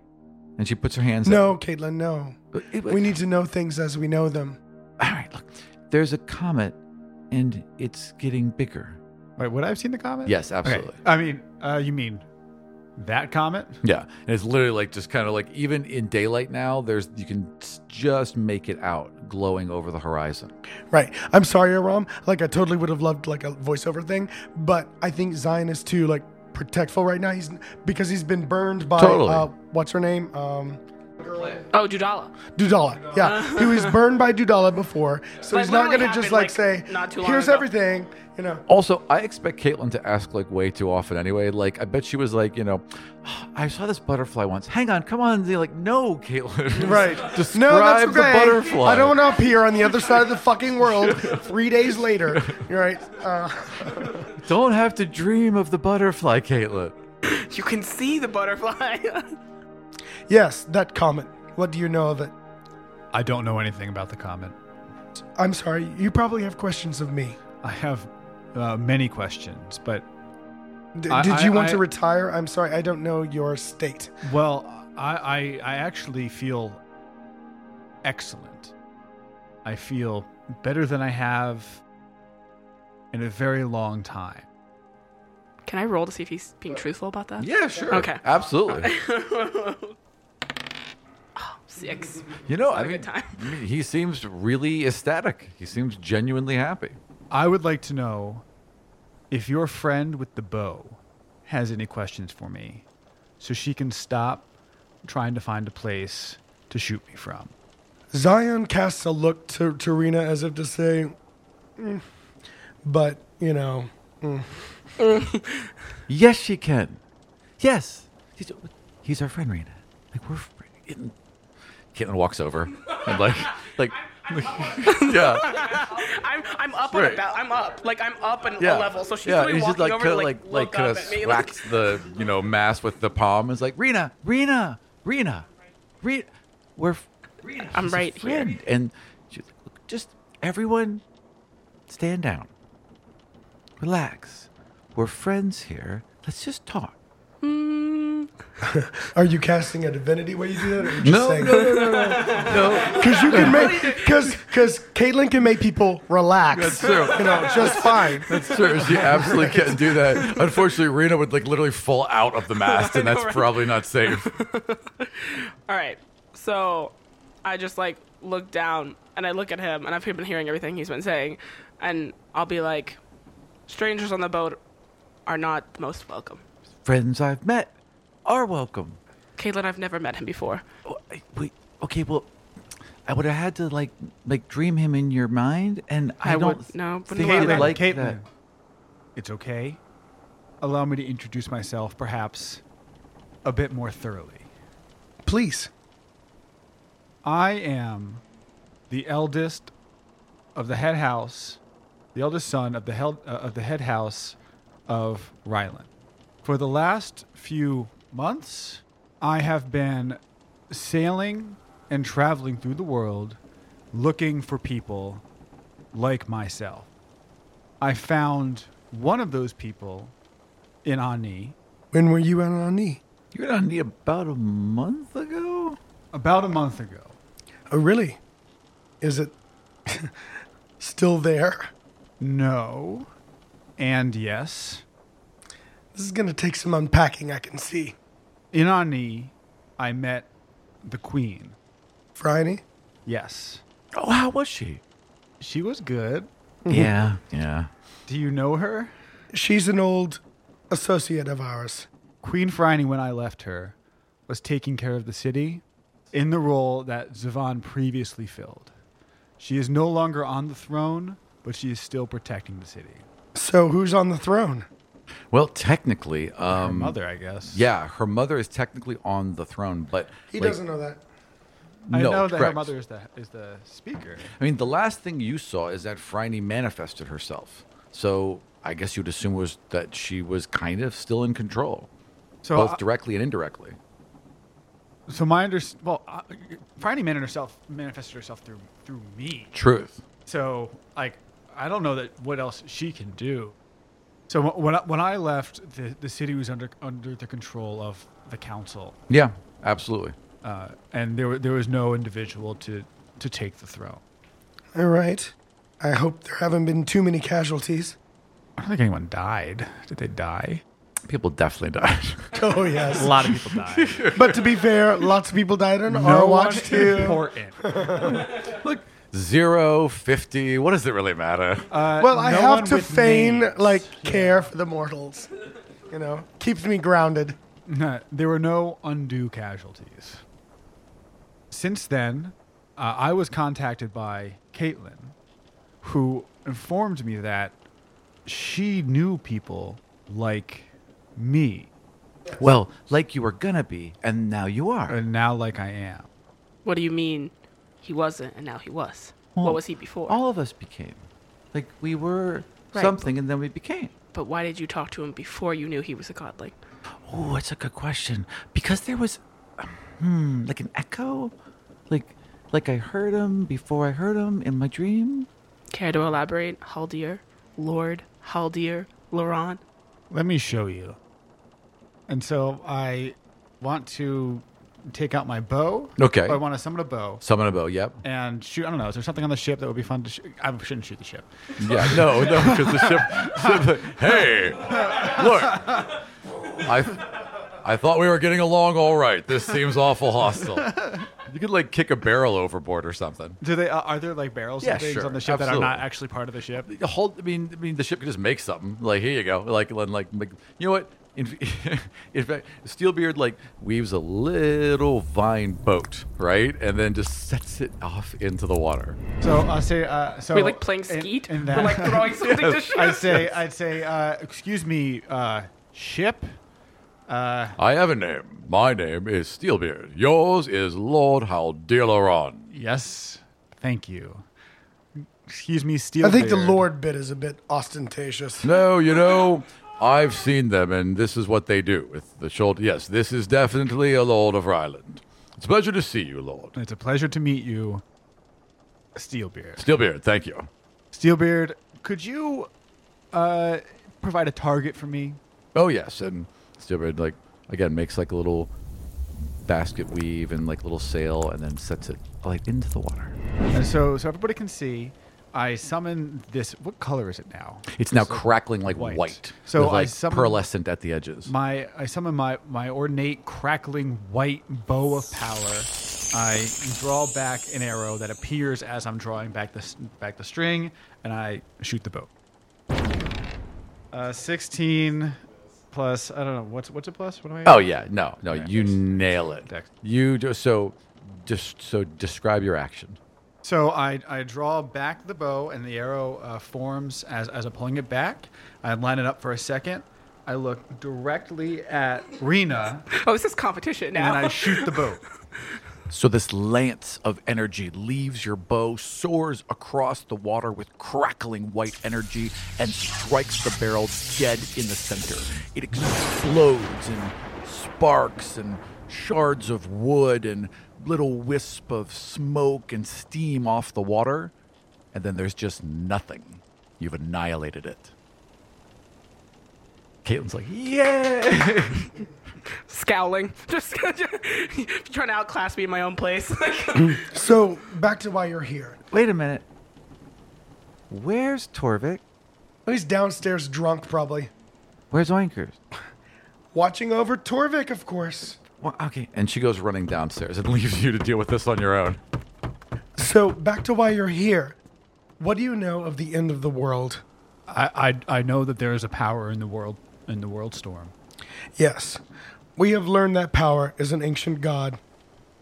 S1: and she puts her hands up.
S2: No, Caitlin. No.
S7: But it-
S2: We need to know things as we know them.
S7: all right look
S1: there's a comet and it's getting bigger.
S4: Wait, would I have seen the comet?
S1: Yes,
S4: Okay.
S1: absolutely.
S4: I mean, uh, you mean that comet?
S1: Yeah, and it's literally like just kind of like even in daylight now, there's you can s- just make it out glowing over the horizon.
S2: Right. I'm sorry, Aram. Like I totally would have loved like a voiceover thing, but I think Zion is too like protectful right now. He's because he's been burned by
S1: Totally.
S2: uh, what's her name? Um,
S6: Oh, Judala.
S2: Dudala. Yeah, he was burned by Dudala before, so
S6: But
S2: he's not
S6: literally
S2: gonna just
S6: happened,
S2: like, say
S6: like, not too long
S2: here's
S6: ago."
S2: everything. You know.
S1: Also, I expect Caitlin to ask like way too often anyway. Like, I bet she was like, you know, I saw this butterfly once. Hang on, come on. They're like, no, Caitlin.
S2: Right.
S1: Describe
S2: no, that's
S1: the
S2: okay.
S1: butterfly.
S2: I don't want to appear on the other side of the fucking world three days later. You're right. Uh,
S1: Don't have to dream of the butterfly, Caitlin.
S6: You can see the butterfly.
S2: yes, that comet. What do you know of it?
S4: I don't know anything about the comet.
S2: I'm sorry. You probably have questions of me.
S4: I have uh, many questions, but
S2: D-
S4: I-
S2: did
S4: I-
S2: you want
S4: I-
S2: to retire? I'm sorry, I don't know your state.
S4: well, I, I I actually feel excellent. I feel better than I have in a very long time.
S6: Can I roll to see if he's being truthful about that?
S1: Yeah, sure.
S6: Okay.
S1: Absolutely.
S6: Six.
S1: You know, I mean,
S6: good time.
S1: I mean, he seems really ecstatic. He seems genuinely happy.
S4: I would like to know if your friend with the bow has any questions for me so she can stop trying to find a place to shoot me from.
S2: Zion casts a look to, to Rena as if to say, "Mm, but, you know,
S1: Yes, she can. Yes. He's, he's our friend, Rena. Like, we're. fr- In. Caitlin walks over and, like, like, yeah.
S6: I'm I'm up on
S1: Right.
S6: about. I'm up. Like I'm up and a level. So she's
S1: yeah,
S6: really
S1: he's
S6: walking
S1: just like
S6: over
S1: kinda
S6: to like,
S1: like
S6: look
S1: like
S6: up
S1: kinda
S6: at me. Like,
S1: whacks the you know mass with the palm. It's like Rena, Rena, Rena, Rena. We're f-
S6: I'm
S1: he's a
S6: right here.
S1: friend." And she's like, "Look, just everyone, stand down, relax. We're friends here. Let's just talk.
S2: are you casting a divinity when you do that? Or are you just
S1: No,
S2: saying,
S1: no, no, no, no. no.
S2: Because you can make, because because Caitlyn can make people relax.
S1: That's true.
S2: You know, just fine.
S1: Sure, she absolutely can't do that. Unfortunately, Rena would like literally fall out of the mast, and that's
S6: right?
S1: probably not safe.
S6: all right. So I just like look down and I look at him and I've been hearing everything he's been saying, and I'll be like, strangers on the boat are not the most welcome.
S1: Friends I've met are welcome.
S6: Caitlin, I've never met him before.
S1: Well, I- wait, okay, well, I would have had to like like dream him in your mind, and I,
S6: I
S1: don't
S6: would- no, wouldn't
S1: think
S6: allow
S1: I
S6: that.
S1: like
S4: Caitlin,
S1: that.
S4: it's okay. Allow me to introduce myself, perhaps a bit more thoroughly.
S2: Please.
S4: I am the eldest of the head house, the eldest son of the hel- uh, of the head house of Ryland. For the last few months, I have been sailing and traveling through the world looking for people like myself. I found one of those people in Ani
S2: When were you out on knee?
S1: You were on me about a month ago.
S4: about a month ago.
S2: Oh, really? Is it still there?
S4: No. And yes.
S2: This is gonna take some unpacking. I can see.
S4: In Ani, I met the queen.
S2: Friday.
S4: Yes.
S1: Oh, how was she?
S4: She was good.
S1: Yeah, yeah.
S4: Do you know her?
S2: She's an old associate of ours.
S4: Queen Phryne, when I left her, was taking care of the city in the role that Zavan previously filled. She is no longer on the throne, but she is still protecting the city.
S2: So who's on the throne?
S1: Well, technically,
S4: Her
S1: um,
S4: mother, I guess.
S1: yeah, her mother is technically on the throne, but
S2: He
S1: like,
S2: doesn't know that.
S4: I
S1: no,
S4: know that her
S1: correct.
S4: mother is the, is the speaker.
S1: I mean, the last thing you saw is that Phryne manifested herself. So I guess you'd assume was that she was kind of still in control,
S4: So,
S1: both
S4: I-
S1: directly and indirectly.
S4: so my under well, uh, Phryne man- herself manifested herself through through me.
S1: Truth.
S4: So, like, I don't know that what else she can do. So wh- when I, when I left, the, the city was under under the control of the council,
S1: Yeah, absolutely.
S4: uh, and there were- there was no individual to to take the throne.
S2: All right. I hope there haven't been too many casualties.
S4: I don't think anyone died. Did they die?
S1: People definitely died.
S2: Oh, yes.
S4: A lot of people died.
S2: But to be fair, lots of people died on our
S4: No
S2: watch,
S4: one
S2: too.
S4: important.
S1: Look, zero, 50, what does it really matter?
S4: Uh,
S2: Well, I
S4: no one
S2: have to
S4: with
S2: feign
S4: names.
S2: like care for the mortals. You know, keeps me grounded.
S4: No, there were no undue casualties. Since then, uh, I was contacted by Caitlin, who informed me that she knew people like me,
S1: well, like you were gonna be, and now you are.
S4: and uh, now like I am.
S6: What do you mean he wasn't and now he was?
S1: Well,
S6: what was he before?
S1: All of us became. Like we were
S6: Right.
S1: something, and then we became.
S6: but why did you talk to him before you knew he was a godling?
S1: Oh, that's a good question. Because there was, hmm, like an echo, like like I heard him before I heard him in my dream.
S6: Care to elaborate? Haldir, Lord, Haldir, Laurent.
S4: Let me show you. And so I want to take out my bow.
S1: Okay.
S4: I want to summon a bow
S1: Summon a bow. Yep.
S4: and shoot. I don't know. Is there something on the ship that would be fun to? Sh- I shouldn't shoot the ship.
S1: Yeah. No, no, because the ship. ship- hey, look, I I thought we were getting along all right. This seems awful hostile. You could like kick a barrel overboard or something.
S4: Do they? Uh, are there like barrels
S1: Yeah,
S4: and things
S1: sure.
S4: on the ship that are not
S1: Absolutely.
S4: actually part of the ship?
S1: The whole, I mean, I mean, the ship could just make something. Like here you go. Like and, like, like you know what. In, in fact, Steelbeard like weaves a little vine boat, right, and then just sets it off into the water.
S4: So I say, uh, so
S6: We're like playing
S4: in-
S6: skeet. We're
S4: in that-
S6: like throwing something to shoot.
S4: I'd say, I'd say, uh, excuse me, uh, ship.
S1: I have a name. My name is Steelbeard. Yours is Lord Haldilaron.
S4: Yes, thank you. Excuse me, steel.
S2: I think the
S4: beard.
S2: Lord bit is a bit ostentatious.
S1: No, you know, I've seen them, and this is what they do with the shoulder. Yes, this is definitely a Lord of Ryland. It's a pleasure to see you, Lord.
S4: It's a pleasure to meet you, Steelbeard.
S1: Steelbeard, thank you.
S4: Steelbeard, could you uh, provide a target for me?
S1: Oh, yes, and Steelbeard, like, again, makes like a little basket weave and like little sail and then sets it like into the water.
S4: And so, so everybody can see. I summon this. What color is it now?
S1: It's now
S4: So-
S1: crackling like
S4: white.
S1: white,
S4: So
S1: with,
S4: I
S1: like
S4: summon-
S1: pearlescent at the edges.
S4: My I summon my my ornate crackling white bow of power. I draw back an arrow that appears as I'm drawing back the s- back the string, and I shoot the bow. Uh, Sixteen plus I don't know what's what's a plus. What am I?
S1: Oh yeah, no, no,
S4: Okay.
S1: you nail it.
S4: Dex.
S1: You do so. Just so describe your action.
S4: So I, I draw back the bow, and the arrow uh, forms as, as I'm pulling it back. I line it up for a second. I look directly at Rena,
S6: oh, this is competition
S4: and
S6: now.
S4: then I shoot the bow.
S1: So this lance of energy leaves your bow, soars across the water with crackling white energy, and strikes the barrel dead in the center. It explodes in sparks and shards of wood and little wisp of smoke and steam off the water, and then there's just nothing. You've annihilated it. Caitlin's like, yeah.
S6: Scowling. Just trying to outclass me in my own place.
S2: So back to why you're here.
S7: Wait a minute. Where's Torvik?
S2: He's downstairs drunk, probably.
S7: Where's Oinkers?
S2: Watching over Torvik, of course.
S7: Well, okay.
S1: And she goes running downstairs and leaves you to deal with this on your own.
S2: So back to why you're here. What do you know of the end of the world?
S4: I, I I know that there is a power in the world in the world storm.
S2: Yes. We have learned that power is an ancient god,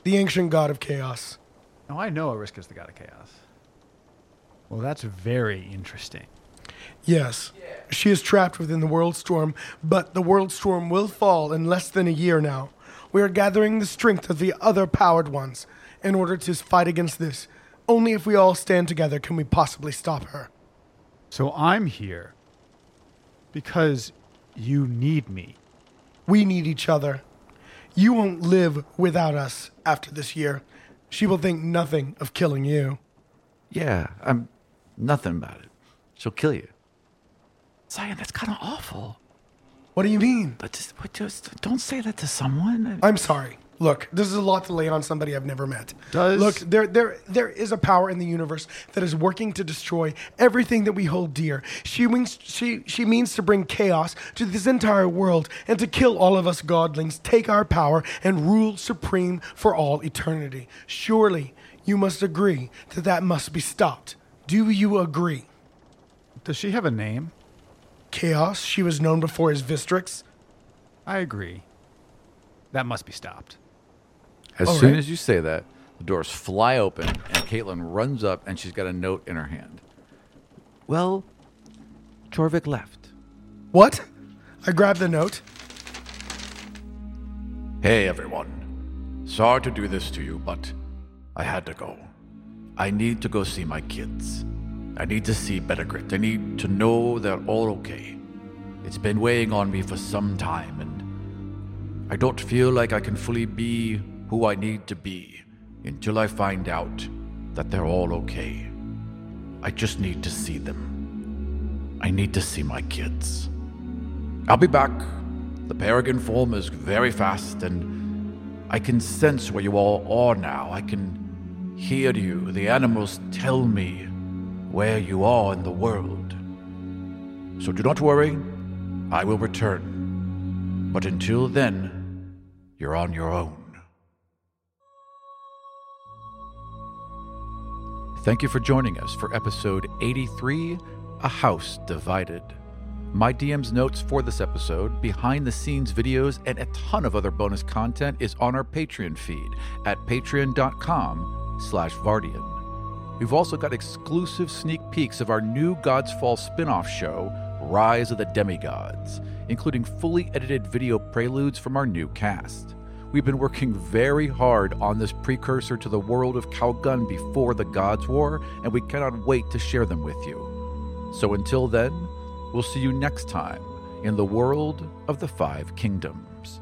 S2: the ancient god of chaos.
S4: Now I know Ariska's the god of chaos. Well, that's very interesting.
S2: Yes. She is trapped within the world storm, but the world storm will fall in less than a year now. We are gathering the strength of the other powered ones in order to fight against this. Only if we all stand together can we possibly stop her.
S4: So I'm here because you need me.
S2: We need each other. You won't live without us after this year. She will think nothing of killing you.
S7: Yeah, I'm nothing about it. She'll kill you.
S1: Zion, that's kind of awful.
S2: What do you mean?
S1: But just, but just don't say that to someone.
S2: I'm sorry. Look, this is a lot to lay on somebody I've never met.
S4: Does-
S2: look there there there is a power in the universe that is working to destroy everything that we hold dear. She means she she means to bring chaos to this entire world and to kill all of us godlings, take our power and rule supreme for all eternity. Surely you must agree that that must be stopped. Do you agree?
S4: Does she have a name?
S2: Chaos, she was known before as Vistrix.
S4: I agree. That must be stopped.
S7: As
S2: All
S7: soon
S2: right.
S7: as you say that, the doors fly open and Caitlin runs up and she's got a note in her hand. Well, Torvik left.
S2: What? I grabbed the note.
S1: Hey everyone. Sorry to do this to you, but I had to go. I need to go see my kids. I need to see Bettergrit. I need to know they're all okay. It's been weighing on me for some time, and I don't feel like I can fully be who I need to be until I find out that they're all okay. I just need to see them. I need to see my kids. I'll be back. The Paragon form is very fast, and I can sense where you all are now. I can hear you. The animals tell me where you are in the world. So do not worry. I will return. But until then, you're on your own.
S7: Thank you for joining us for episode 83 A House Divided. My DM's notes for this episode, behind the scenes videos, and a ton of other bonus content is on our Patreon feed at patreon.com slash Vardian. We've also got exclusive sneak peeks of our new God's Fall spin-off show, Rise of the Demigods, including fully edited video preludes from our new cast. We've been working very hard on this precursor to the world of Calgun before the Gods War, and we cannot wait to share them with you. So until then, we'll see you next time in the world of the Five Kingdoms.